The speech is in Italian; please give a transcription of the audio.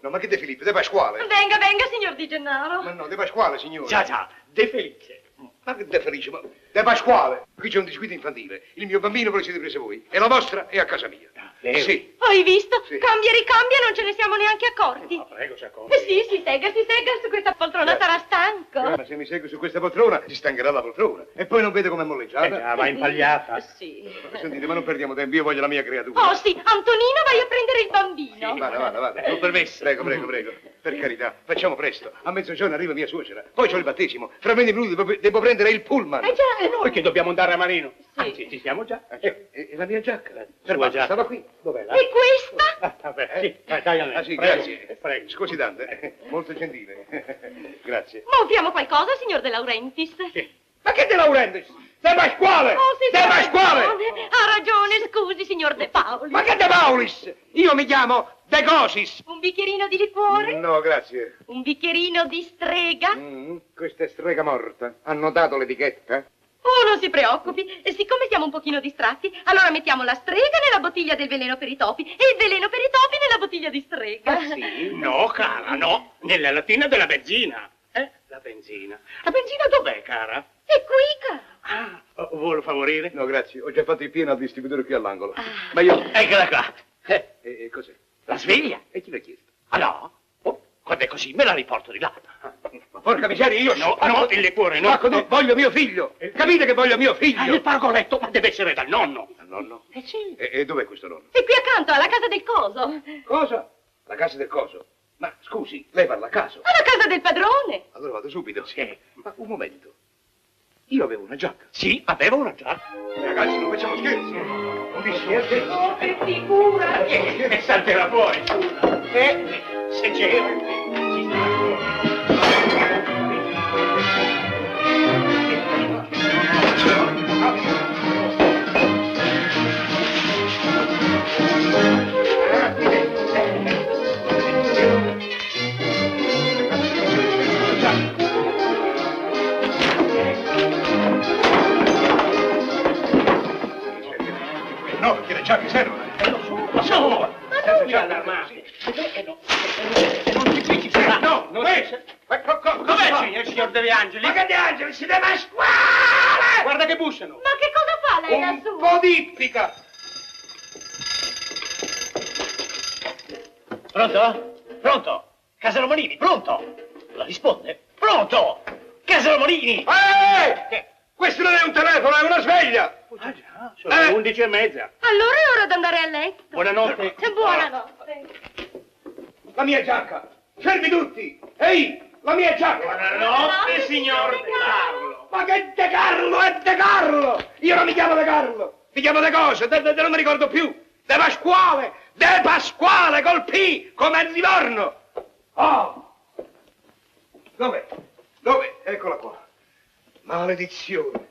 No, ma che De Filippo? De Pasquale? Venga, venga, signor Di Gennaro. Ma no, De Pasquale, signore. Già, già, De Felice. Ma che De Felice? Ma... De Pasquale! Qui c'è un disguido infantile. Il mio bambino ve lo siete preso voi. E la vostra è a casa mia. Davvero? Sì. Hai visto? Sì. Cambia e ricambia, non ce ne siamo neanche accorti. Ma Ah, prego, ci accorgi. Eh sì, si segga, si segga, su questa poltrona Eh. sarà stanco. Ma se mi segue su questa poltrona, si stancherà la poltrona. E poi non vede com'è Eh molleggiata. già, va impagliata. Mm, Sì. Sentite, ma non perdiamo tempo, io voglio la mia creatura. Oh sì, Antonino, vai a prendere il bambino. Vada, vada, vada. Con permesso. Prego, prego, prego. Per carità, facciamo presto. A mezzogiorno arriva mia suocera, poi c'ho il battesimo. Fra 20 minuti devo, devo prendere il pullman. Eh già, E noi che dobbiamo andare a Marino. Sì. Anzi, ci siamo già. Ah, c'è- E, e la mia giacca? La Fermate, giacca. Stava qui. Dov'è la? E questa? Ah, vabbè, Eh? sì. Dai, dai, Annette, Ah, sì, prego, eh, grazie. Prego. Scusi, Dante. Molto gentile. grazie. Ma offriamo qualcosa, signor De Laurentiis? Sì. Ma che De Laurentiis? De Pasquale! Oh sì, De signor Pasquale! Paoli. Ha ragione, scusi, signor De Paoli. Ma che De Paulis? Io mi chiamo De Cosis. Un bicchierino di liquore? No, grazie. Un bicchierino di strega? Mm, questa è strega morta. Ha notato l'etichetta? Oh, non si preoccupi, e siccome siamo un pochino distratti, allora mettiamo la strega nella bottiglia del veleno per i topi e il veleno per i topi nella bottiglia di Ah, strega. sì? No, cara, no. Nella latina della benzina. Eh? La benzina. La benzina dov'è, cara? E qui, cara. Ah, oh, vuole favorire? No, grazie. Ho già fatto il pieno al distributore qui all'angolo. Ah. Ma io... Eccola qua. Eh, E, e cos'è? la sveglia? E chi l'ha chiesto? Ah, no? Oh, quando è così me la riporto di là. Ma porca miseria, io... No, no, il liquore no. Spacco, no, Eh. voglio mio figlio. Capite che voglio mio Ah, il figlio? pargoletto, ma deve essere dal nonno. Dal nonno? Eh sì. Ah, E, e dov'è questo nonno? E qui accanto, alla casa del coso. Alla Cosa? La casa del coso. Ma scusi, lei parla a caso. casa del padrone. Allora vado subito. Sì. Ma un momento. Io avevo una giacca. Sì, aveva una giacca. Ragazzi, non facciamo scherzi. Non dici scherzi. Oh, che figura. E, e salterà fuori, scusa. Eh, se c'era, eh, ci sta ancora. No, perché le giacche servono. E lo so, lo so. Ma Senza non mi giacca, allarmate. sì. Eh, E no, e non ci qui ci sarà. No, Ah, non non è. ci sarà. Ma co- co- Dov'è fa? il signor, il signor De Angeli? Ma che De Angeli, si deve a scuola! Guarda che bussano. Ma che cosa fa lei Un lassù? po' di ippica. Pronto? Pronto? Casalmanini, pronto? La risponde? Pronto? Casalmanini! Ehi! Eh! Questo non è un telefono, è una sveglia! Ah già, sono sono le undici e mezza. Allora è ora di andare a letto. Buonanotte. Eh, Buonanotte. La mia giacca! Fermi tutti! Ehi! La mia giacca! Buonanotte, signor De Carlo. Ma che De Carlo è De Carlo! Io non mi chiamo De Carlo! Mi chiamo De Cosa, De, De- De- non mi ricordo più! De Pasquale! De Pasquale col P! Come il Livorno! Oh! Dov'è? Dove? Eccola qua! Maledizione!